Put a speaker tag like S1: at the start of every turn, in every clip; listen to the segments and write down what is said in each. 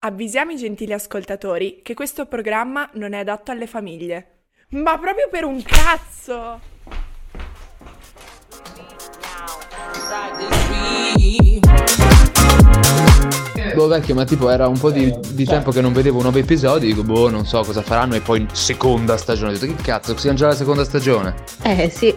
S1: Avvisiamo i gentili ascoltatori che questo programma non è adatto alle famiglie. Ma proprio per un cazzo!
S2: Boh vecchio, ma tipo era un po' di, di tempo che non vedevo nuovi episodi, dico boh non so cosa faranno e poi seconda stagione, ho detto che cazzo, siamo già alla seconda stagione.
S3: Eh sì.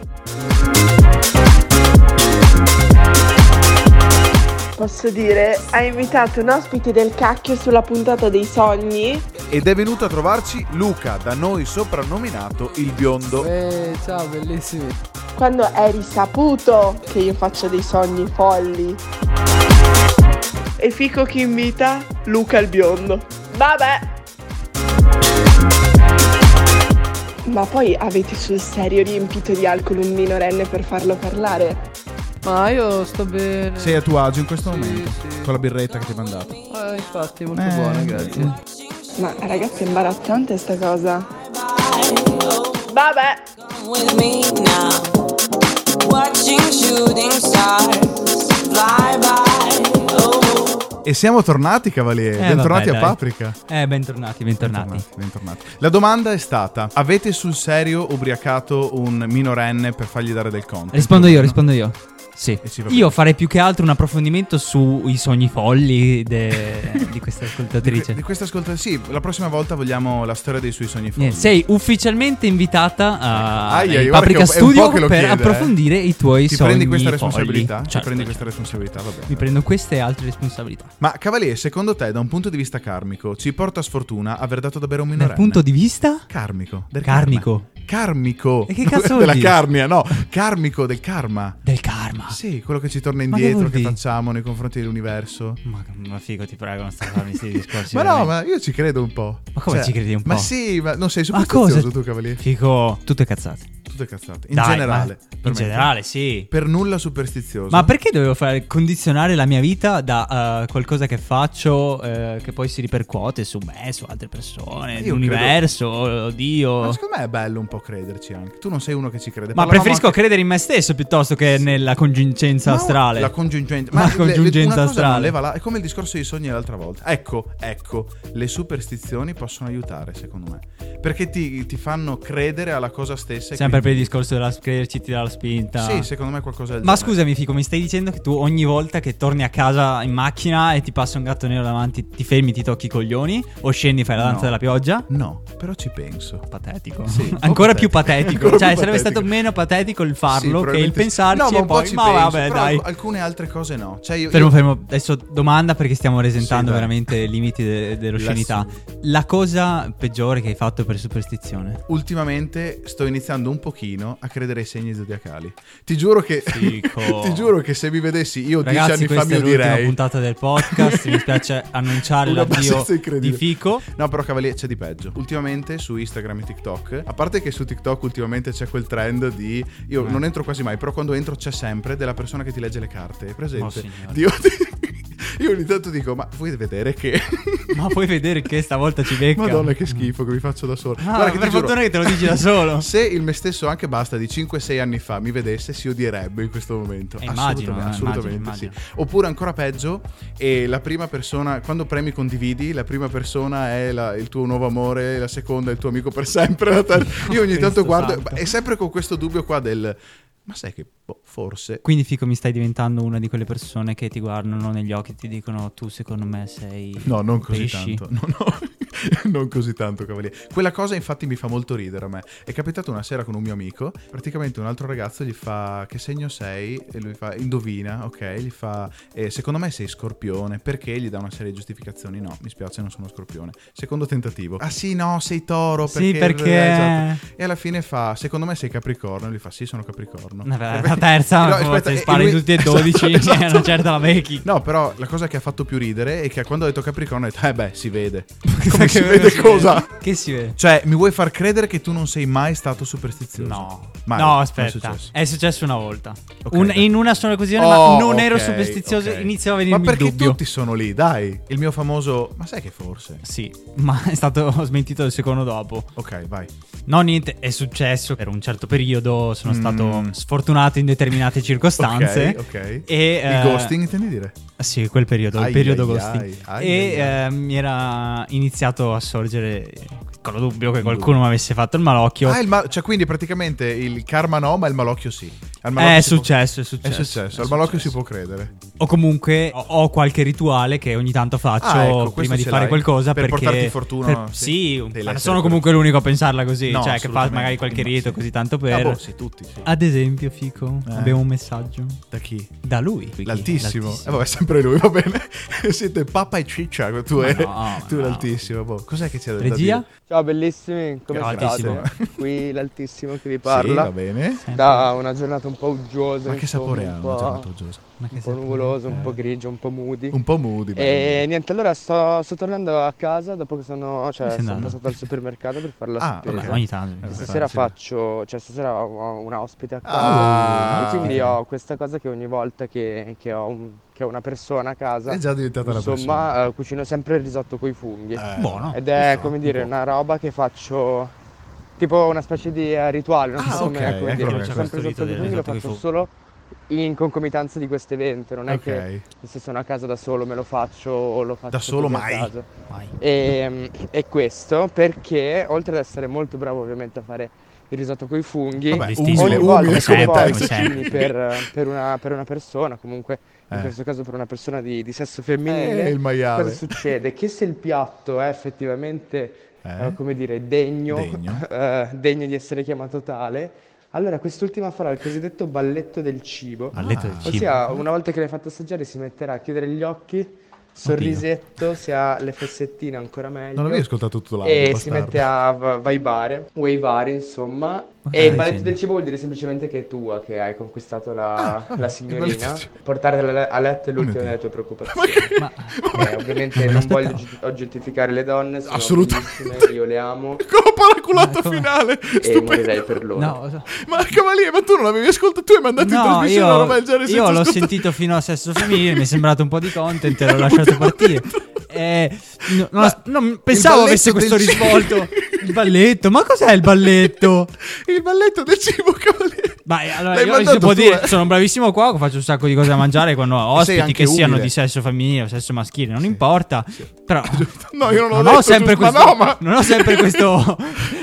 S1: Posso dire, hai invitato un ospite del cacchio sulla puntata dei sogni?
S4: Ed è venuto a trovarci Luca, da noi soprannominato il biondo.
S5: Eh, ciao bellissimi.
S1: Quando è risaputo che io faccio dei sogni folli. E fico chi invita? Luca il biondo. Vabbè! Ma poi avete sul serio riempito di alcol un minorenne per farlo parlare?
S5: Ma io sto bene.
S4: Sei a tuo agio in questo
S5: Sì,
S4: momento,
S5: sì.
S4: con la birretta che ti ho mandato.
S5: Eh, infatti, molto
S4: Eh,
S5: buona, grazie.
S1: Ma ragazzi è imbarazzante sta cosa. Vabbè!
S6: with me now. Watching shooting stars fly by. Oh.
S4: E siamo tornati, cavalieri.
S7: Eh,
S4: bentornati
S7: vabbè,
S4: a
S7: dai.
S4: Paprika.
S7: Eh, bentornati, bentornati.
S4: bentornati. La domanda è stata: avete sul serio ubriacato un minorenne per fargli dare del conto?
S7: Rispondo io, rispondo io. Sì.
S4: E ci va bene.
S7: Io farei più che altro un approfondimento sui sogni folli de- di questa
S4: Di,
S7: ascoltatrice.
S4: que- di questa ascolta, sì, la prossima volta vogliamo la storia dei suoi sogni folli.
S7: Niente, Eh, sei ufficialmente invitata a
S4: Ai, ai,
S7: ai
S4: guarda che è
S7: Paprika
S4: un- è un
S7: Studio
S4: po' che lo
S7: per
S4: chiede, eh.
S7: approfondire i tuoi
S4: Ti
S7: sogni
S4: prendi questa
S7: folli.
S4: responsabilità? Ti
S7: Certo,
S4: prendi questa
S7: certo.
S4: responsabilità, va bene.
S7: Mi prendo queste e altre responsabilità.
S4: Ma Cavalier, secondo te, da un punto di vista karmico, ci porta sfortuna aver dato da bere a un
S7: Dal
S4: minorenne?
S7: punto di vista?
S4: Karmico. Del
S7: Karmico.
S4: karma. Karmico.
S7: E che cazzo vuol
S4: Della
S7: dire?
S4: carnia, no. Karmico, del karma.
S7: Del karma.
S4: Sì, quello che ci torna
S7: Ma che
S4: indietro,
S7: vuol
S4: che,
S7: dire?
S4: facciamo nei confronti dell'universo.
S7: Ma, ma figo, ti prego, non sta a farmi questi Eh discorsi.
S4: ma no,
S7: veramente.
S4: ma io ci credo un po'. Cioè,
S7: Ma come ci credi un
S4: Ma
S7: po'?
S4: sì, ma non sei
S7: Ma cosa?
S4: superstizioso tu, Cavalier.
S7: Figo, tutte cazzate.
S4: Tutte cazzate. In
S7: Dai,
S4: generale.
S7: ma-
S4: per
S7: in
S4: me.
S7: generale, sì.
S4: Per nulla superstizioso.
S7: Ma perché dovevo fare condizionare la mia vita da eh, qualcosa che faccio eh, che poi si ripercuote su me, su altre persone,
S4: Io
S7: l'universo, Dio?
S4: Ma
S7: Ma,
S4: secondo me è bello un po' crederci anche. Tu non sei uno che ci crede.
S7: preferisco
S4: credere
S7: credere in me stesso piuttosto che nella congiungenza
S4: Ma
S7: astrale.
S4: La congiungente.
S7: Ma
S4: Ma
S7: la congiungenza astrale.
S4: astrale. È come il discorso dei sogni l'altra volta. Ecco, ecco, le superstizioni possono aiutare, secondo me. Perché ti, ti fanno credere alla cosa stessa. e
S7: Sempre per il
S4: quindi-
S7: discorso della crederci ti dà la spinta.
S4: Sì, secondo me è qualcosa del
S7: Ma
S4: genere.
S7: scusami, Fico, mi stai dicendo che tu ogni volta che torni a casa in macchina e ti passa un gatto nero davanti, ti fermi, ti tocchi i coglioni? O scendi, fai la danza
S4: No.
S7: della pioggia?
S4: No, però ci penso.
S7: Patetico.
S4: Sì, un po' patetico.
S7: Ancora più patetico.
S4: Ancora
S7: cioè,
S4: più
S7: sarebbe
S4: patetico.
S7: stato meno patetico il farlo
S4: Sì,
S7: che il
S4: probabilmente sì.
S7: pensarci
S4: No, ma
S7: e
S4: un po'
S7: poi.
S4: ci
S7: Ma
S4: penso,
S7: vabbè,
S4: però
S7: dai.
S4: alc- alcune altre cose no. Cioè io,
S7: Fermo,
S4: io-
S7: fermo. Adesso domanda perché stiamo resentando
S4: dai.
S7: veramente i limiti de- dell'oscenità. La cosa peggiore che hai fatto per superstizione?
S4: ultimamente sto iniziando un pochino a credere ai segni zodiacali. Ti giuro che
S7: Fico.
S4: ti giuro che se mi vedessi io dieci
S7: Ragazzi,
S4: anni fa
S7: questa è
S4: mi
S7: l'ultima
S4: direi
S7: puntata del podcast. Mi piace annunciare
S4: Una
S7: l'addio
S4: abbastanza incredibile.
S7: di Fico.
S4: No, però cavaliere c'è di peggio. Ultimamente su Instagram e TikTok, a parte che su TikTok ultimamente c'è quel trend di io
S7: Eh.
S4: non entro quasi mai, però quando entro c'è sempre della persona che ti legge le carte, è
S7: Oh,
S4: presente?
S7: signore.
S4: Dio- io ogni tanto dico "Ma vuoi vedere che
S7: Ma puoi vedere che stavolta ci becca.
S4: Madonna che schifo che mi faccio da solo".
S7: Ah,
S4: Guarda che
S7: per
S4: ti giuro,
S7: fortuna che te lo dici da solo.
S4: Se il me stesso anche basta di 5-6 anni fa mi vedesse, si odierebbe in questo momento.
S7: Eh, immagino,
S4: assolutamente,
S7: eh,
S4: assolutamente
S7: immagino,
S4: sì. Oppure ancora peggio, e la prima persona, quando premi condividi, la prima persona è la- il tuo nuovo amore, la seconda è il tuo amico per sempre. la terza- Io ogni
S7: Cristo
S4: tanto guardo,
S7: santo.
S4: è sempre con questo dubbio qua del, ma sai che boh, forse...
S7: Quindi Fico mi stai diventando una di quelle persone che ti guardano negli occhi e ti dicono tu secondo me sei...
S4: No, non così
S7: pesci?"
S4: tanto. No, no. non così tanto, cavaliere. Quella cosa, infatti, mi fa molto ridere a me. È capitato una sera con un mio amico. Praticamente un altro ragazzo gli fa: Che segno sei? E lui fa: Indovina, ok? Gli fa: "Eh, Secondo me sei scorpione. Perché? Gli dà una serie di giustificazioni. No, mi spiace, non sono scorpione. Secondo tentativo: Ah, sì, no, sei toro. Perché?
S7: Sì, perché...
S4: Esatto. E alla fine fa: Secondo me sei Capricorno. E lui fa: Sì, sono Capricorno.
S7: Vabbè,
S4: E
S7: la
S4: poi-
S7: terza,
S4: No,
S7: forse,
S4: aspetta, e- e
S7: spari
S4: lui-
S7: tutti e
S4: Esatto,
S7: 12
S4: esatto.
S7: e una certa certo la becchi.
S4: No, però la cosa che ha fatto più ridere è che quando ho detto Capricorno ho detto, eh beh, si vede. non si vede cosa.
S7: Che si vede?
S4: Cioè, mi vuoi far credere che tu non sei mai stato superstizioso?
S7: No,
S4: Mai.
S7: no,
S4: Non è
S7: aspetta.
S4: successo.
S7: È successo una volta.
S4: Ok,
S7: Un-
S4: dai.
S7: in una sola occasione,
S4: Oh,
S7: ma non ero
S4: ok,
S7: superstizioso.
S4: ok.
S7: Iniziava a venirmi
S4: Ma
S7: il
S4: perché
S7: dubbio.
S4: tutti sono lì, dai. Il mio famoso. Ma sai che forse.
S7: Sì, ma è stato smentito il secondo dopo.
S4: Ok, vai.
S7: No, niente, è successo per un certo periodo. Sono
S4: Mm.
S7: stato sfortunato in determinate circostanze.
S4: Ok, ok.
S7: E,
S4: Il
S7: eh,
S4: ghosting intendi dire?
S7: Sì, quel periodo,
S4: Ai,
S7: il periodo
S4: ai,
S7: ghosting.
S4: ai, ai,
S7: e
S4: ai, ai.
S7: eh, mi era iniziato a sorgere eh, il piccolo dubbio che qualcuno mi avesse fatto il malocchio.
S4: Ah, il ma- cioè, quindi praticamente il karma no, ma il malocchio sì. Al malocchio
S7: Eh, è,
S4: si può-
S7: successo, è
S4: È
S7: successo,
S4: successo, al malocchio
S7: successo.
S4: si può credere.
S7: O comunque ho, ho qualche rituale che ogni tanto faccio
S4: Ah, ecco, questo
S7: prima di
S4: ce
S7: fare
S4: l'hai.
S7: qualcosa
S4: Per
S7: perché
S4: portarti fortuna, sì.
S7: sì,
S4: Devi
S7: ma
S4: essere
S7: non sono
S4: quello.
S7: comunque l'unico a pensarla così,
S4: No,
S7: cioè che fa
S4: assolutamente.
S7: magari qualche
S4: Ma
S7: rito
S4: sì.
S7: così tanto per
S4: Ah, boh, sì, tutti, sì.
S7: Ad esempio, Fico,
S4: Eh.
S7: abbiamo un messaggio
S4: Da chi?
S7: da lui,
S4: L'altissimo. Eh, vabbè, sempre lui, va bene. Siete papa e ciccia, tu
S7: Ma
S4: e
S7: no, ma
S4: tu
S7: no.
S4: l'altissimo. boh. Cos'è che c'è da
S7: Regia?
S4: dire?
S3: Ciao bellissimi, come
S7: Grandissimo.
S3: state? Qui l'altissimo che vi
S4: Sì,
S3: parla.
S4: va bene.
S3: da una giornata un po' uggiosa,
S4: Ma che
S3: insomma,
S4: sapore ha
S3: un
S4: una giornata
S3: po',
S4: uggiosa?
S7: Ma che
S3: un po'
S7: sapore.
S3: nuvolosa, un po' grigia, un po' moody.
S4: Un po' moody.
S3: E
S4: bello.
S3: niente, allora sto, sto tornando a casa dopo che sono, cioè,
S7: Sei
S3: sono
S7: andato?
S3: passato al supermercato per fare la
S4: Ah,
S3: spesa.
S4: ok.
S7: Vabbè, ogni tanto.
S4: Eh,
S3: Stasera
S4: sì.
S3: faccio, cioè stasera ho- ho una ospite a
S4: Ah.
S3: casa. E quindi ho questa cosa che ogni volta che, che ho, un- che ho una persona a casa,
S4: È già diventata una persona.
S3: insomma, eh, cucino sempre il risotto coi funghi.
S4: Eh,
S7: Buono.
S3: Ed è
S4: lo so,
S3: come dire
S4: un po'.
S3: una roba che faccio tipo una specie di eh, rituale, non
S4: Ah,
S3: so come,
S4: ok,
S3: come
S4: ecco
S3: dirlo,
S4: che
S3: c'è
S4: è
S3: sempre
S7: questo rito
S3: risotto di
S7: del
S3: funghi, lo
S7: risotto di
S3: faccio
S7: funghi.
S3: solo in concomitanza di questo evento, non è
S4: Ok.
S3: che se sono a casa da solo me lo faccio o lo faccio
S4: solo
S3: così a
S4: mai?
S3: caso.
S7: Vai.
S4: Eh,
S3: E, e questo perché oltre ad essere molto bravo ovviamente a fare il risotto con i funghi,
S4: Vabbè,
S7: Vestissimo.
S3: ogni
S4: umile,
S3: volta
S4: umile
S3: che
S4: come
S3: poi
S4: pezzo.
S3: cucini per, per una, per una persona, comunque in
S4: Eh.
S3: questo caso per una persona di, di sesso
S4: Eh,
S3: femminile,
S4: il maiale.
S3: cosa succede? Che se il piatto è effettivamente,
S4: Eh?
S3: eh, come dire, degno,
S4: Degno.
S3: eh, degno di essere chiamato tale, allora quest'ultima farà il cosiddetto balletto del cibo.
S7: Balletto del cibo.
S3: Ossia, una volta che l'hai fatto assaggiare, si metterà a chiudere gli occhi, sorrisetto, se ha le fossettine ancora meglio.
S4: Non avevi ascoltato tutto l'audio,
S3: E si
S4: bastardo.
S3: mette a va- vaibare, wavare insomma.
S7: Ma cosa
S3: E il
S7: stai
S3: balletto
S7: dicendo?
S3: del cibo vuol dire semplicemente che è tua, che hai conquistato la,
S4: il
S3: la
S4: Ah, balletto
S3: signorina.
S4: del cibo. Oh
S3: Portare a letto è l'ultima
S4: Oddio.
S3: delle tue preoccupazioni.
S7: Ma
S3: Eh, ovviamente non voglio gi- oggettificare le donne, sono
S4: Assolutamente.
S3: bellissime, io le amo
S4: Con la paraculata
S7: Ma come?
S4: finale.
S3: e
S4: Stupendo.
S3: morirei per loro.
S7: no, so-
S4: Ma cavaliere, ma tu non l'avevi ascoltato? Tu hai mandato in
S7: no,
S4: trasmissione una roba del
S7: io,
S4: genere senza
S7: io l'ho
S4: ascoltare.
S7: sentito fino a sesso femminile, mi è sembrato un po' di content e l'ho lasciato partire. Eh, no- non as- non pensavo
S4: balletto
S7: avesse questo
S4: del cibo.
S7: risvolto. Il balletto, ma cos'è il balletto?
S4: Il balletto del cibo, cavaliere.
S7: Ma eh, allora,
S4: L'hai
S7: io
S4: mandato
S7: si può
S4: tu,
S7: dire,
S4: eh.
S7: sono bravissimo qua, faccio un sacco di cose da mangiare quando ho
S4: E sei
S7: ospiti
S4: anche
S7: che siano
S4: umile.
S7: di sesso femminile o sesso maschile, non importa. Però
S4: No, io non, ho
S7: non
S4: detto
S7: ho sempre
S4: tutto, ma
S7: questo,
S4: no, ma-
S7: non ho sempre questo,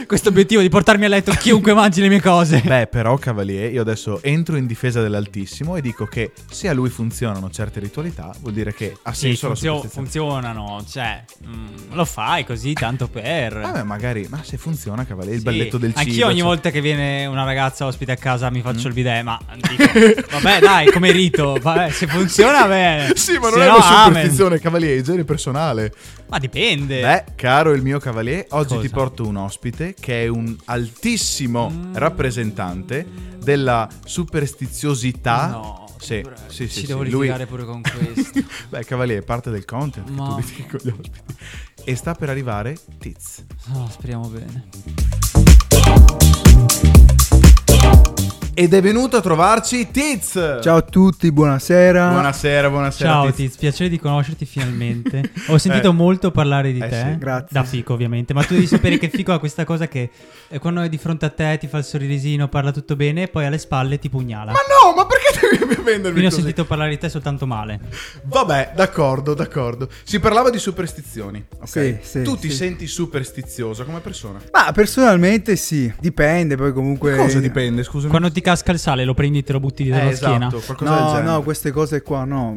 S7: questo obiettivo di portarmi a letto chiunque mangi le mie cose.
S4: Beh, però, Cavalier, io adesso entro in difesa dell'Altissimo e dico che se a lui funzionano certe ritualità, vuol dire che ha
S7: Sì,
S4: senso la
S7: funzio-
S4: superstizione.
S7: funzionano, cioè, mm, lo fai così tanto per...
S4: Ah, beh, magari, ma se funziona, Cavalier, il
S7: Sì.
S4: balletto del cibo.
S7: Anch'io ogni
S4: cioè- Mm.
S7: volta che viene una ragazza ospite a casa mi faccio il bidet, ma dico, vabbè dai, come rito, vabbè, se funziona bene.
S4: Sì, ma
S7: Se
S4: non è
S7: no,
S4: una
S7: amen.
S4: superstizione, Cavalier, è igiene personale.
S7: Ma dipende.
S4: Beh, caro il mio cavalier, oggi
S7: Cosa?
S4: ti porto un ospite che è un altissimo
S7: Mm.
S4: rappresentante della superstiziosità.
S7: No,
S4: sì,
S7: pure-
S4: sì, sì,
S7: ci
S4: sì,
S7: devo
S4: lui-
S7: litigare pure con questo.
S4: Beh, cavalier, è parte del content che tu
S7: Mamma.
S4: litighi con gli ospiti. E sta per arrivare Tiz.
S7: No, Ah, speriamo bene.
S4: Ed è venuto a trovarci Tiz!
S8: Ciao a tutti, buonasera.
S4: Buonasera, buonasera.
S7: Ciao
S4: Tiz.
S7: Tiz, piacere di conoscerti finalmente. Ho sentito
S4: Eh.
S7: molto parlare di
S4: Eh
S7: te.
S4: sì,
S8: grazie.
S7: Da Fico, ovviamente. Ma tu devi sapere che Fico ha questa cosa che eh, quando è di fronte a te ti fa il sorrisino, parla tutto bene, e poi alle spalle ti pugnala.
S4: Ma no, ma perché devi vendermi
S7: Quindi ho
S4: così?
S7: sentito parlare di te soltanto male.
S4: Vabbè, d'accordo, d'accordo. Si parlava di superstizioni, ok?
S8: Sì, sì,
S4: tu ti
S8: sì.
S4: senti superstizioso come persona?
S8: Ma personalmente sì, dipende, poi comunque...
S4: Cosa dipende, scusami?
S7: Quando ti casca il sale lo prendi e te lo butti dietro
S4: Eh,
S7: la
S4: esatto,
S7: schiena.
S4: qualcosa del
S8: No,
S4: genere.
S8: no, queste cose qua no.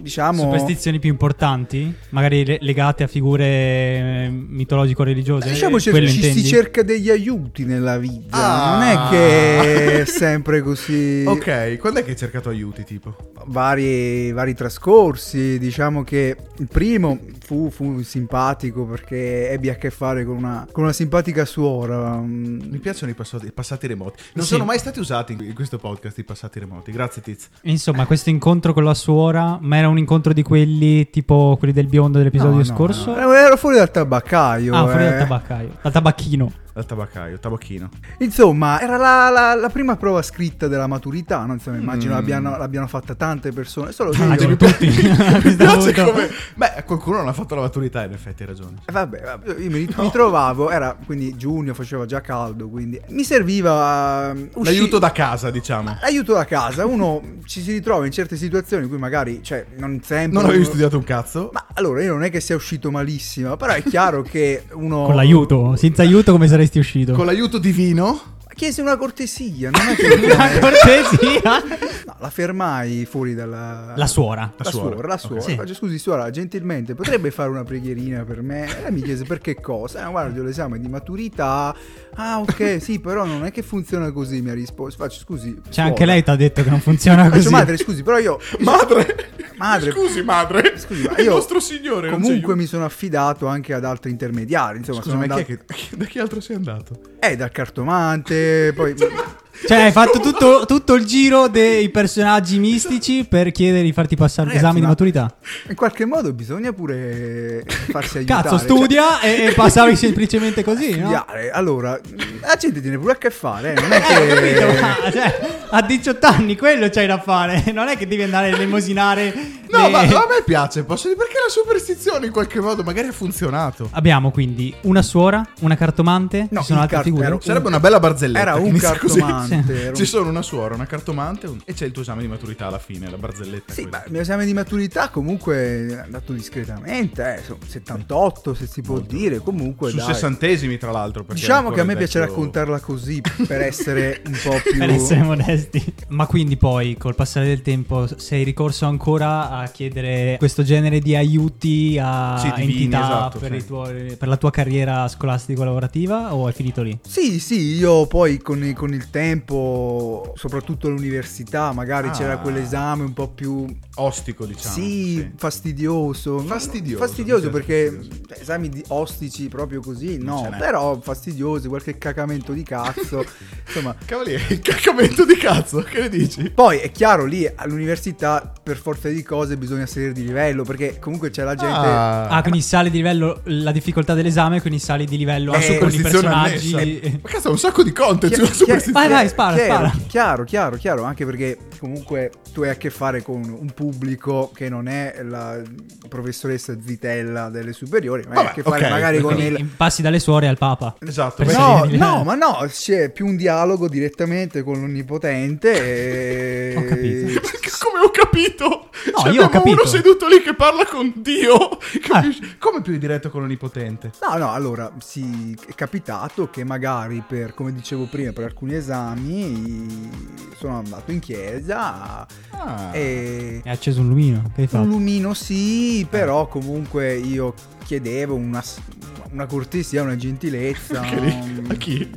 S8: Diciamo...
S7: Superstizioni più importanti? Magari le- legate a figure eh,
S4: Eh,
S7: mitologico-religiose?
S8: Diciamo cer-
S7: Quello
S8: ci si
S7: intendi?
S8: cerca degli aiuti nella vita.
S4: Ah.
S8: Non è che è sempre così...
S4: Ok, quando è che hai cercato aiuti, tipo?
S8: Vari, vari trascorsi, diciamo che il primo fu, fu simpatico perché ebbi a che fare con una, con una simpatica suora. mm,
S4: Mi piacciono i passati, i passati remoti. Non
S7: Sì.
S4: sono mai stati usati in questo podcast i passati remoti. Grazie, Tiz.
S7: Insomma, questo incontro con la suora, ma era un incontro di quelli tipo quelli del biondo dell'episodio
S8: no, no,
S7: scorso?
S8: no. Ero ero fuori dal tabaccaio.
S7: Ah, fuori
S8: eh.
S7: dal tabaccaio, dal tabacchino.
S4: Al tabaccaio, tabacchino.
S8: Insomma, era la, la- la prima prova scritta della maturità. Non so, immagino l'abbiano, l'abbiano fatta tante persone. Solo io.
S7: Ah, tutti.
S4: Mi piace
S7: Avuto-
S4: come- Beh, qualcuno non ha fatto la maturità, in effetti, hai ragione.
S8: Eh, Vabbè, vabbè, io mi, mi trovavo, era quindi giugno, faceva già caldo, quindi mi serviva ehm, usci-
S4: L'aiuto da casa, diciamo.
S8: l'aiuto da casa. Uno ci si ritrova in certe situazioni in cui magari, cioè, non sempre...
S4: Non avevi
S8: uno-
S4: studiato un cazzo.
S8: Ma allora io non è che sia uscito malissimo, però è chiaro che uno...
S7: Con l'aiuto, senza aiuto come saresti uscito?
S4: Con l'aiuto divino.
S8: Chiese una cortesia, non è che...
S7: la cortesia.
S8: No, la fermai fuori dalla...
S7: La
S4: Ah,
S7: suora.
S8: La suora, la suora.
S7: Sì.
S8: Faccio, Scusi, suora, gentilmente potrebbe fare una preghierina per me? E lei mi chiese per che cosa? Eh, guarda, ho l'esame di maturità. Ah, ok, sì, però non è che funziona così, mi ha risposto. Faccio, scusi.
S7: Cioè,
S8: suora."
S7: anche lei ti ha detto che non funziona
S8: Faccio,
S7: così.
S8: madre, scusi, però io.
S4: Madre.
S8: Madre.
S4: Scusi, madre.
S8: Scusi, ma
S4: È il
S8: io
S4: nostro signore. non
S8: Comunque
S4: ci
S8: mi sono affidato anche ad altri intermediari. Insomma,
S4: aiuta.
S8: sono
S4: Scusa, ma chi è
S8: andato-
S4: che- da chi altro sei andato?
S8: Eh, dal cartomante, poi.
S7: Cioè, hai fatto tutto, tutto il giro dei personaggi mistici per chiedere di farti passare
S8: Ragazzi,
S7: l'esame di
S8: ma-
S7: maturità.
S8: In qualche modo bisogna pure farsi aiutare.
S7: Cazzo,
S8: cioè-
S7: studia e, e passavi semplicemente così, no?
S8: studiare. Allora, la gente tiene pure a che fare, eh, non è
S7: Eh, ho capito,
S8: che.
S7: ma, cioè, a 18 anni quello c'hai da fare. Non è che devi andare a lemosinare.
S4: No,
S7: le-
S4: ma
S8: Eh.
S4: ma a me piace. Posso dire perché la superstizione in qualche modo magari ha funzionato.
S8: Ah,
S7: Abbiamo quindi una suora, una cartomante.
S8: No,
S7: ci sono
S8: il
S7: altre
S8: car-
S7: figure.
S8: ero-
S4: Sarebbe una bella barzelletta.
S8: Era
S4: che
S8: un
S4: inizia così.
S8: cartomante. era un-
S4: Ci sono una suora, una cartomante un- e c'è il tuo esame di maturità alla fine, la barzelletta.
S8: Sì,
S4: quella.
S8: ma il mio esame di maturità comunque è andato discretamente, eh, so- 78 se si può dire, comunque
S4: Su
S8: dai.
S4: sessantesimi, tra l'altro. perché
S8: Diciamo
S4: ancora
S8: che a me
S4: il
S8: piace
S4: vecchio-
S8: raccontarla così per essere un po' più
S7: Per essere modesti. Ma quindi poi, col passare del tempo, sei ricorso ancora a chiedere questo genere di aiuti a
S4: Sì, divini,
S7: entità
S4: esatto,
S7: per,
S4: sì.
S7: i tuoi- per la tua carriera scolastico-lavorativa o hai finito lì?
S8: Sì, sì, io poi con, i- con il tempo, soprattutto all'università, magari
S4: Ah.
S8: c'era quell'esame un po' più
S4: Ostico, diciamo.
S8: sì, fastidioso.
S4: Fastidioso,
S8: Fastidioso
S4: mi piace
S8: perché
S4: fastidioso.
S8: cioè, esami di ostici proprio così,
S4: Non
S8: no,
S4: ce n'è.
S8: però fastidioso, qualche cacamento di cazzo. Insomma,
S4: Cavaliere, il caccamento di cazzo, che ne dici?
S8: Poi è chiaro, lì all'università per forza di cose bisogna salire di livello perché comunque c'è la gente...
S7: Ah, quindi sali di livello la difficoltà dell'esame, quindi sali di livello
S4: la
S7: anche con i
S4: superstizione
S7: personaggi.
S4: annessa. Ma cazzo, è un sacco di content sulla superstizione.
S7: Vai, vai, spara,
S8: chiaro,
S7: spara.
S8: Chiaro, chiaro, chiaro, anche perché comunque tu hai a che fare con un pubblico che non è la professoressa Zitella delle superiori, ma hai a
S4: Vabbè,
S8: che fare
S4: ok,
S8: magari con
S7: Quindi
S8: il...
S7: passi dalle suore al papa.
S4: Esatto,
S7: Per
S4: beh,
S7: salire
S8: No,
S7: di livello.
S8: no, ma no, c'è più un dialogo direttamente con l'onnipotente. E...
S7: Ho capito.
S4: perché come ho capito?
S7: No,
S4: Cioè,
S7: io ho
S4: abbiamo
S7: capito. Ah.
S4: uno seduto lì che parla con Dio. capisci? Come più diretto con l'onipotente?
S8: No, no, allora sì, è capitato che magari per, come dicevo prima, per alcuni esami sono andato in chiesa
S4: Ah.
S8: e
S7: È acceso un lumino. Che hai
S8: un
S4: Esatto.
S7: fatto?
S8: lumino
S4: Eh.
S8: sì, però comunque io chiedevo una, s- una cortesia, una gentilezza.
S4: Che lì-
S8: un-
S4: A chi?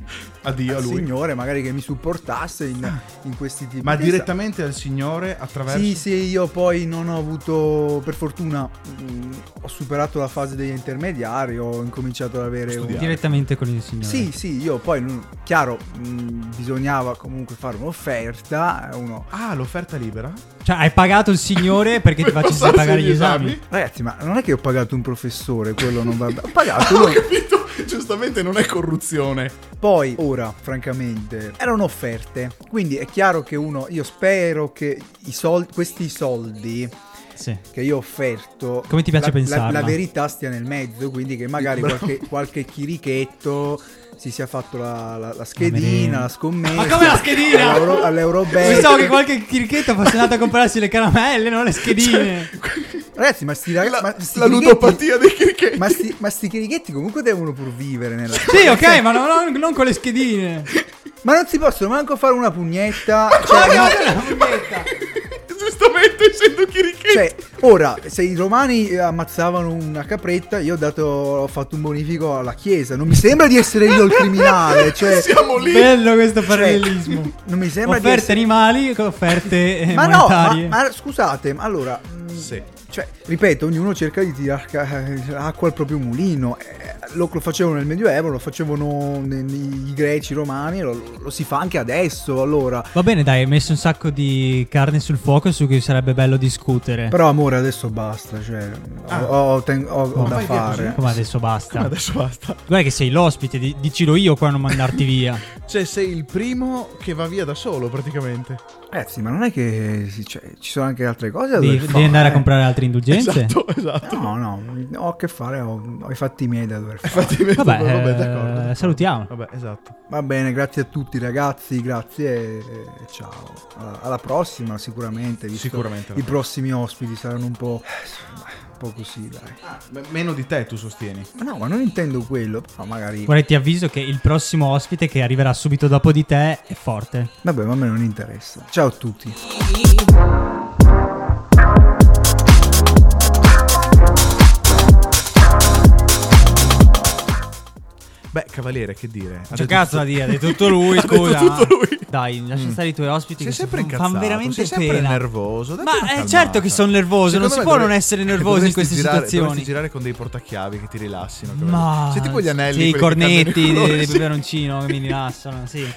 S4: A Dio, a
S7: Ah,
S8: al
S4: lui. Ah.
S8: Signore, magari che mi supportasse in, in questi tipi
S4: Ma
S8: di
S4: direttamente al Signore attraverso...
S8: Sì, sì, io poi non ho avuto, per fortuna, mh, ho superato la fase degli intermediari, ho incominciato ad avere un,
S4: Studiare.
S7: Direttamente con il signore.
S8: Sì, sì, io poi, non- chiaro, mh, bisognava comunque fare un'offerta, eh, uno...
S4: Ah, l'offerta libera?
S7: Cioè, hai pagato il signore perché ti
S4: Per
S7: facesse
S4: passarsi
S7: pagare gli esami.
S8: Ragazzi, ma non è che ho pagato un professore, quello non va bene. Ho pagato uno.
S4: Ho capito, giustamente non è corruzione.
S8: Poi, ora, francamente, erano offerte. Quindi è chiaro che uno, io spero che i soldi, questi soldi
S7: Sì.
S8: che io ho offerto...
S7: Come ti piace
S8: la- la-
S7: pensarla?
S8: La, verità stia nel mezzo, quindi che magari qualche, qualche chirichetto si sia fatto la, la- la
S7: merenda.
S8: schedina, la scommessa...
S7: Ma come la schedina?
S8: all'Euro- All'Eurobet.
S7: Pensavo che qualche chirichetto fosse andato a comprarsi le caramelle, non le schedine.
S8: Ragazzi, ma sti ragazzi.
S4: La,
S8: ma sti
S4: la
S8: chirighetti-
S4: ludopatia dei cricket.
S8: Ma sti, ma sti chirighetti comunque devono pur vivere nella.
S7: Sì, ok, ma no- no- non con le schedine.
S8: Ma non si possono manco fare una pugnetta.
S7: Ma
S8: Cioè, no,
S7: guarda la fughetta.
S4: Giustamente, essendo chirichetto.
S8: cioè, ora, se i romani eh, ammazzavano una capretta, io ho, dato, ho fatto un bonifico alla chiesa. Non mi sembra di essere io il criminale. Cioè,
S4: Siamo lì.
S7: Bello questo parallelismo.
S8: non mi sembra di
S7: Offerte
S8: essere.
S7: animali, offerte eh,
S8: Ma no, ma,
S7: monetarie.
S8: ma scusate, ma allora. mh,
S4: Sì.
S8: Cioè, ripeto, ognuno cerca di tirare ca- eh, acqua al proprio mulino. Eh, lo, lo facevano nel Medioevo, lo facevano ne- nei- i greci, i romani, lo, lo si fa anche adesso. Allora,
S7: Va bene, dai, hai messo un sacco di carne sul fuoco su cui sarebbe bello discutere.
S8: però, amore, adesso basta. Cioè, ho- ho, ten- ho- ho
S4: Ma
S8: da
S4: vai via
S8: fare.
S4: così?
S7: Come adesso basta.
S4: Come adesso basta.
S7: Guarda che sei l'ospite, di- dicilo io qua a non mandarti via.
S4: Cioè, sei il primo che va via da solo, praticamente.
S8: Ragazzi, Eh, ma non è che si- cioè, ci sono anche altre cose da
S7: Devi,
S8: dover
S7: devi
S8: fare.
S7: andare a comprare altre indulgenze.
S4: Esatto, esatto.
S8: No, no, ho a che fare, ho, ho i fatti miei da dover fare.
S4: Infatti, vabbè,
S7: eh,
S4: d'accordo, d'accordo.
S7: salutiamo.
S4: Vabbè, esatto.
S8: Va bene, grazie a tutti ragazzi, grazie e e ciao. Alla, alla prossima sicuramente, visto
S4: Sicuramente.
S8: i prossimi ospiti saranno un po'... un po' così, dai.
S4: Ah, M- meno di te, tu sostieni.
S8: Ah, Ma no, ma non intendo quello, però magari...
S7: Guarda, ti avviso che il prossimo ospite che arriverà subito dopo di te è forte.
S8: Vabbè, ma a me non interessa. Ciao a tutti.
S4: Beh, cavaliere, che dire? Ha detto
S7: C'è cazzo
S4: tutto-
S7: da dire, ha detto tutto lui,
S4: Ha detto
S7: scusa. Mm.
S4: tutto lui.
S7: Dai, lascia stare i tuoi ospiti
S4: Sei
S7: che
S4: sempre
S7: fan-
S4: incazzato,
S7: fan veramente
S4: sei sempre
S7: pena.
S4: nervoso. datti una
S7: Ma è
S4: calmata.
S7: certo che sono nervoso,
S4: Secondo
S7: non si
S4: me
S7: può non
S4: dovre-
S7: essere nervoso in
S4: dovresti
S7: queste
S4: girare- Dovresti
S7: situazioni.
S4: girare con dei portachiavi che ti rilassino.
S7: Ma
S4: Se tipo gli anelli.
S7: sì,
S4: quelli
S7: i
S4: che cambiano
S7: cornetti
S4: i colori,
S7: del
S4: sì.
S7: peperoncino che mi rilassano, sì.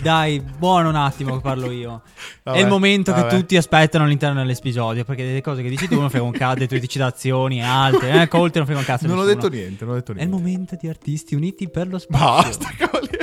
S7: Dai, buono un attimo che parlo io.
S4: Vabbè,
S7: è il momento
S4: vabbè.
S7: che tutti aspettano all'interno dell'episodio, perché delle cose che dici tu non frega un cazzo, le tue eccitazioni e altre, eh, Colte non frega un cazzo a
S4: Non ho
S7: nessuno.
S4: detto niente, non ho detto
S7: È il
S4: niente.
S7: momento di artisti uniti per lo spazio.
S4: Basta, cavaliere.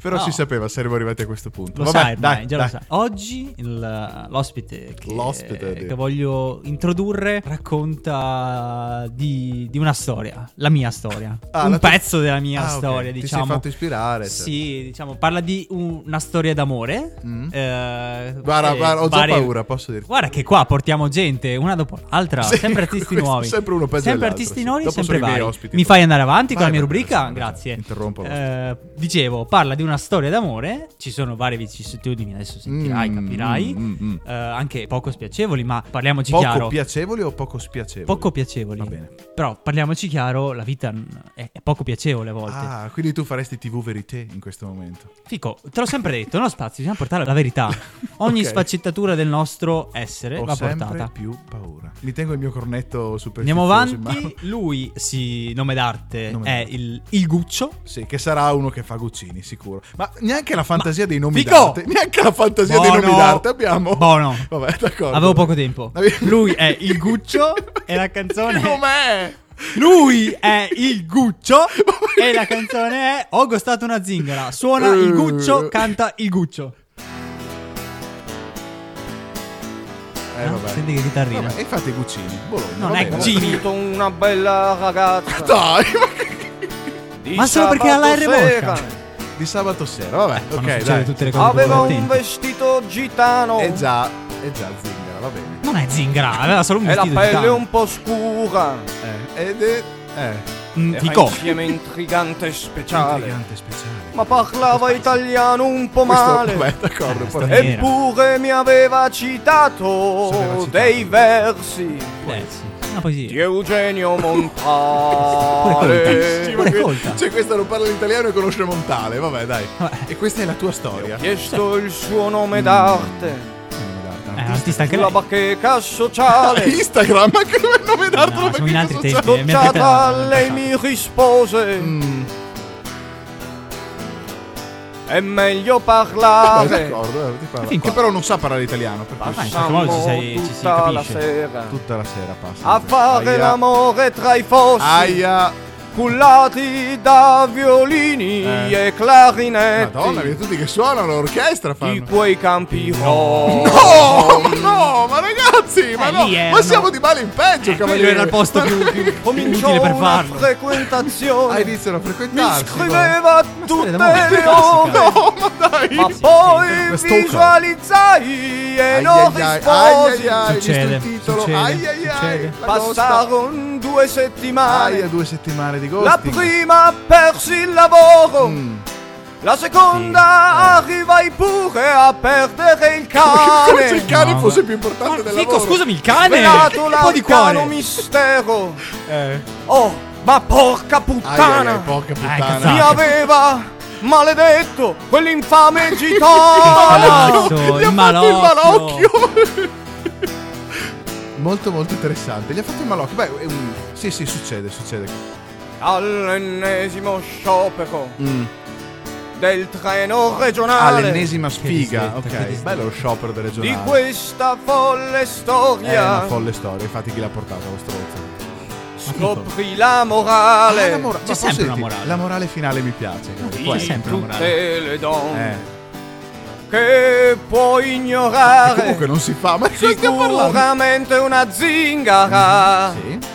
S4: Però
S7: No.
S4: si sapeva, saremmo arrivati a questo punto.
S7: Lo
S4: Vabbè,
S7: sai ormai,
S4: dai,
S7: già
S4: dai.
S7: lo sai. Oggi il- l'ospite, che,
S4: L'ospite,
S7: che
S4: sì.
S7: voglio introdurre racconta di, di una storia, la mia storia.
S4: Ah,
S7: un
S4: la tua-
S7: pezzo della mia
S4: Ah, ok.
S7: storia,
S4: Ti sei
S7: diciamo.
S4: fatto ispirare, cioè.
S7: Sì, diciamo, parla di una storia d'amore.
S4: Mm.
S7: eh,
S4: Guarda,
S7: eh,
S4: guarda, ho già
S7: varie-
S4: paura, posso dirti.
S7: Guarda che qua portiamo gente una dopo l'altra,
S4: Sì,
S7: sempre artisti
S4: questo,
S7: nuovi.
S4: sempre uno peggio
S7: Sempre
S4: dell'altro,
S7: artisti
S4: sì.
S7: nuovi,
S4: Dopo
S7: sempre
S4: sono i miei
S7: vari.
S4: ospiti,
S7: Mi
S4: poi.
S7: fai andare avanti
S4: Vai,
S7: con la mia
S4: vai,
S7: rubrica?
S4: vai,
S7: Grazie.
S4: interrompo la
S7: Eh, dicevo, parla di una storia d'amore, ci sono varie vicissitudini, adesso sentirai,
S4: Mm,
S7: capirai.
S4: mm, mm, mm.
S7: Eh, anche poco spiacevoli, ma parliamoci
S4: Poco
S7: chiaro.
S4: piacevoli o poco spiacevoli?
S7: Poco piacevoli.
S4: Va bene.
S7: Però parliamoci chiaro, la vita n- è, è poco piacevole a volte.
S4: Ah, quindi tu faresti TV verité in questo momento.
S7: Fico, te l'ho sempre detto, nello spazio bisogna portare la verità. Ogni
S4: Ok.
S7: sfaccettatura del nostro essere
S4: Ho
S7: va
S4: sempre
S7: portata.
S4: più paura. Mi tengo il mio cornetto super.
S7: Andiamo avanti. Lui, si, nome d'arte,
S4: Nome
S7: è
S4: d'arte.
S7: Il, il Guccio.
S4: Sì, che sarà uno che fa Guccini, sicuro. Ma neanche la fantasia dei nomi
S7: Fico! Boh,
S4: d'arte. Neanche la fantasia dei
S7: Bono.
S4: nomi d'arte abbiamo.
S7: Bono.
S4: Vabbè, d'accordo.
S7: Avevo poco tempo.
S4: Avevi-
S7: Lui è Il Guccio e la canzone...
S4: Che com'è?
S7: Lui è il Guccio e la canzone è Ho gostato una zingara. Suona il Guccio, canta il Guccio.
S4: Eh,
S7: No?
S4: vabbè.
S7: Ah, Senti che chitarrina.
S4: Vabbè, infatti Guccini, Bologna.
S7: Non
S4: va
S7: è
S4: bene.
S7: Gini.
S3: una bella ragazza.
S4: Dai,
S7: Eh,
S4: ma che-
S7: Ma solo perché ha la R mosca.
S4: di sabato sera, vabbè.
S7: Fanno
S4: ok,
S7: succedere
S4: dai.
S7: tutte le cose divertenti.
S3: vestito gitano
S4: È già, è già zingara, va bene.
S7: Non è zingara, aveva solo un vestito di tano.
S3: po' scura.
S4: Eh, ed è... Eh.
S7: Mm, Fico.
S3: intrigante e
S4: Intrigante speciale.
S3: Ma parlava italiano un po'
S4: Questo-
S3: male.
S4: Vabbè, d'accordo. poi-
S7: straniero. Era.
S3: Eppure mi aveva citato
S4: Sapeva citare.
S3: dei versi
S7: Eh, sì. Una poesia.
S3: di Eugenio
S7: Pure
S3: Montale.
S7: Pure colta.
S4: Cioè, questa non parla l'italiano e conosce Montale, vabbè, dai.
S7: Vabbè.
S4: E questa è la tua storia.
S3: Chiesto il suo nome d'arte
S7: Eh, artista anche
S3: sulla
S7: lei.
S3: bacheca
S4: Ah,
S3: sociale.
S4: Instagram, ma che nome d'altro
S7: No, siamo in altri tempi. eh, mi ha
S3: Docciata
S7: detto-
S3: lei mi rispose
S7: Mm.
S3: È meglio parlare
S4: D'accordo, eh, ti parla.
S7: Finché-
S4: Che però non sa parlare italiano, per cui
S7: in qualche
S3: Passammo
S7: modo ci sei- ci si
S3: tutta la
S7: capisce.
S3: sera
S4: tutta la sera passa.
S3: A fare
S4: Aia.
S3: l'amore tra i fossi
S4: Aia.
S3: Cullati da violini
S4: Eh.
S3: e clarinetti
S4: Madonna, vedi tutti che suonano, l'orchestra
S3: Di
S4: fanno.
S3: quei campi
S4: Oh, ma
S3: rossi.
S4: no, ma ragazzi, ma
S7: Eh,
S4: no,
S7: lì erano.
S4: ma siamo di male in peggio,
S7: Eh, quello
S4: cavaliere.
S7: era il posto più, più, più
S3: Cominciò
S7: utile per
S3: una
S7: farlo.
S4: Ah,
S3: frequentazione
S4: iniziano a
S3: Mi
S4: frequentarsi.
S3: scriveva tutte
S7: d'amore,
S3: le
S7: classica.
S3: ore
S4: No, ma dai.
S3: Ma
S4: Ai,
S3: poi
S4: sì, sì.
S3: visualizzai e non
S4: ai, ai, ai, ai, ai,
S3: risposi.
S4: hai visto
S7: Succede,
S4: il titolo.
S7: succede,
S4: ai, ai, ai,
S7: succede.
S4: la costa.
S3: Passarono due
S4: Aia,
S3: settimane.
S4: due settimane di
S3: La
S4: ghosting. Eh,
S3: prima persi il lavoro.
S4: Mm. eh.
S3: La seconda arrivai pure a perdere il
S4: Come se il
S3: cane.
S4: cane
S7: No,
S4: fosse
S7: vabbè.
S4: più importante del
S7: Fico,
S4: lavoro.
S7: scusami, il cane!
S3: Svelato
S7: Un po' di
S3: l'arcano
S7: cuore!
S3: mistero.
S4: Eh.
S3: Oh, ma porca
S4: Ai, ai, ai,
S3: puttana!
S4: porca
S7: Eh,
S3: Mi
S7: cazzate.
S4: puttana.
S3: aveva maledetto quell'infame
S7: Il
S3: gitano.
S7: malocchio,
S4: Gli ha
S7: il
S4: fatto il
S7: malocchio.
S4: malocchio. Molto molto interessante. Gli ha fatto il malocco. Beh, è un- sì, sì, succede, succede.
S9: All'ennesimo sciopero
S4: Mm.
S9: del treno regionale.
S4: All'ennesima Ah, sfiga.
S7: disdetta, che
S4: ok,
S7: disdetta.
S4: bello lo sciopero delle
S9: Di
S4: giornate.
S9: questa folle
S4: Eh, È
S9: storia
S4: una folle storia, infatti chi l'ha portata lo stronzo.
S9: scoprì la morale.
S4: Ah, la mora-
S7: C'è
S4: ma
S7: sempre
S4: senti,
S7: una morale.
S4: La morale finale mi piace. cioè,
S7: C'è sempre una morale.
S9: Tutte le donne
S4: Eh.
S9: che puoi
S4: E
S3: Ah,
S9: ignorare.
S4: comunque non si fa, ma di cosa stiamo parlando?
S9: Sicuramente una zingara.
S4: Sì, bene.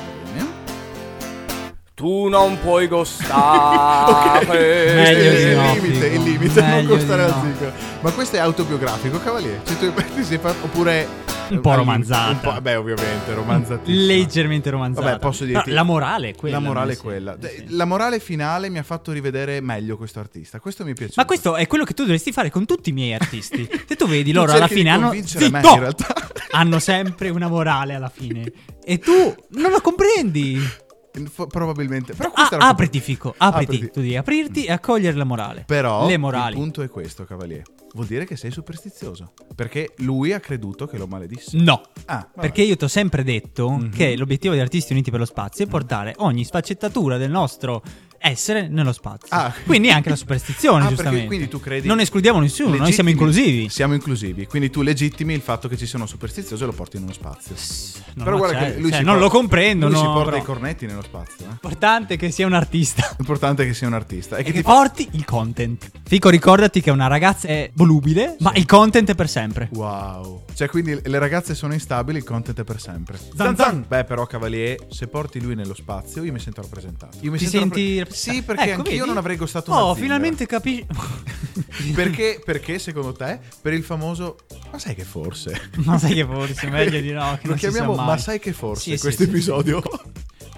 S9: Tu non puoi gostare.
S7: Meglio
S4: Eh, il,
S7: di no,
S4: limite,
S7: figo.
S4: il limite, non
S7: Meglio
S4: costare
S7: di
S4: la
S7: no.
S4: zingara. Ma questo è autobiografico, cavaliere. Cioè, tu ti sei fatto, oppure
S7: Un po'
S4: eh,
S7: romanzata.
S4: un po'- beh, ovviamente, romanzatissima.
S7: Leggermente romanzata.
S4: Vabbè, posso
S7: Però
S4: dirti
S7: La morale è quella.
S4: La morale è
S7: sì.
S4: quella.
S7: Sì,
S4: Eh,
S7: sì.
S4: La morale finale mi ha fatto rivedere meglio questo artista. Questo mi è piaciuto.
S7: Ma questo è quello che tu dovresti fare con tutti i miei artisti. Se tu vedi,
S4: Tu
S7: loro alla
S4: cerchi di
S7: fine hanno.
S4: convincere me,
S7: Zitto!
S4: in realtà.
S7: hanno sempre una morale alla fine. E tu non la comprendi.
S4: Fo- Probabilmente. Però
S7: Ah,
S4: questa era-
S7: apriti, Fico. Apriti.
S4: Apriti.
S7: Tu devi aprirti e accogliere la morale.
S4: Però
S7: le
S4: il
S7: morali.
S4: punto è questo, cavaliere. Vuol dire che sei superstizioso. Perché lui ha creduto che lo maledisse.
S7: No.
S4: Ah, vabbè. Mhm.
S7: Perché io ti ho sempre detto che l'obiettivo di Artisti Uniti per lo Spazio è portare ogni sfaccettatura del nostro essere nello spazio.
S4: Ah.
S7: Quindi anche la superstizione,
S4: Ah, perché
S7: giustamente.
S4: quindi tu credi-
S7: Non escludiamo nessuno, noi siamo
S4: Legittimi-
S7: inclusivi.
S4: Siamo inclusivi, quindi tu legittimi il fatto che ci sia uno superstizioso e lo porti in uno spazio.
S7: No,
S4: però
S7: no,
S4: guarda
S7: cioè-
S4: che lui
S7: cioè,
S4: si
S7: non
S4: porta-
S7: lo comprendo,
S4: Lui
S7: no,
S4: si porta
S7: però.
S4: i cornetti nello spazio. eh.
S7: L'importante è che sia un artista.
S4: L'importante è che sia un artista. E che
S7: Che
S4: ti
S7: ti porti il content. Fico, ricordati che una ragazza è volubile, ma il content è per sempre.
S4: Wow. Cioè, quindi le ragazze sono instabili, il content è per sempre.
S7: Zan, zan.
S4: Beh, però, Cavalier, se porti lui nello spazio, io mi sento rappresentato. Io mi
S7: Ti
S4: sento
S7: senti
S4: rappre-
S7: rappresentato?
S4: Sì, perché
S7: Ecco,
S4: anch'io
S7: vedi?
S4: non avrei costato una
S7: Oh,
S4: zingara.
S7: finalmente capisci.
S4: Perché, perché, secondo te, per il famoso... Ma sai che forse...
S7: ma sai che forse è meglio di no. Che
S4: Lo
S7: non si sa
S4: chiamiamo
S7: mai.
S4: Ma sai che forse
S7: Sì, sì,
S4: questo
S7: sì, sì.
S4: episodio...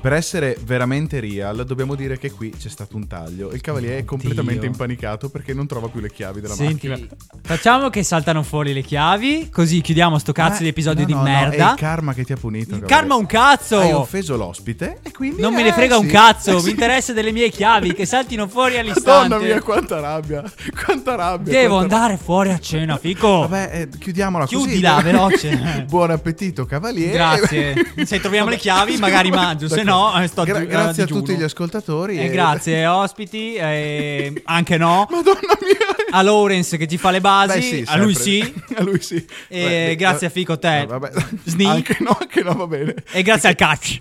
S4: Per essere veramente real, dobbiamo dire che qui c'è stato un taglio. Il cavaliere è completamente
S7: Oddio.
S4: impanicato perché non trova più le chiavi della
S7: Senti,
S4: macchina.
S7: facciamo che saltano fuori le chiavi, così chiudiamo sto cazzo
S4: Ah,
S7: di episodio
S4: no,
S7: di
S4: no, no,
S7: merda.
S4: è il karma che ti ha punito.
S7: Il
S4: cavaliere.
S7: karma un cazzo!
S4: Hai offeso l'ospite e quindi.
S7: non me
S4: eh,
S7: ne frega un
S4: sì.
S7: cazzo,
S4: Eh,
S7: mi
S4: sì.
S7: interessa delle mie chiavi che saltino fuori all'istante.
S4: Madonna mia, quanta rabbia! Quanta rabbia!
S7: Devo
S4: quanta
S7: andare fuori a cena, Fico.
S4: Vabbè, eh, chiudiamola
S7: Chiudila,
S4: così.
S7: veloce.
S4: Buon appetito, cavaliere.
S7: Grazie. Se troviamo le chiavi, magari mangio, se no, eh, sto a
S4: Gra-
S7: gi- a
S4: grazie a
S7: digiuno.
S4: tutti gli ascoltatori.
S7: E grazie ospiti, e anche no.
S4: Madonna mia.
S7: A Lawrence che ci fa le basi,
S4: Beh, sì,
S7: a lui sì.
S4: sempre. a lui sì.
S7: E
S4: Vabbè,
S7: grazie a
S4: eh,
S7: Fico te.
S4: no, vabbè.
S7: Sni.
S4: Anche no, anche no, va bene.
S7: E grazie al cazzo.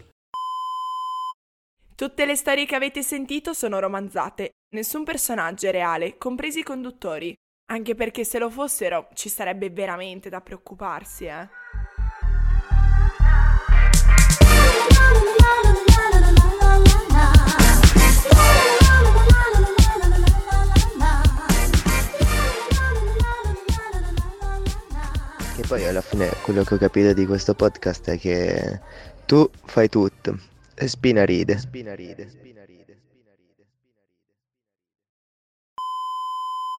S10: Tutte le storie che avete sentito sono romanzate, nessun personaggio è reale, compresi i conduttori. Anche perché se lo fossero ci sarebbe veramente da preoccuparsi, eh.
S11: Che poi alla fine quello che ho capito di questo podcast è che tu fai tutto e Spina ride. Spina ride. Spina ride.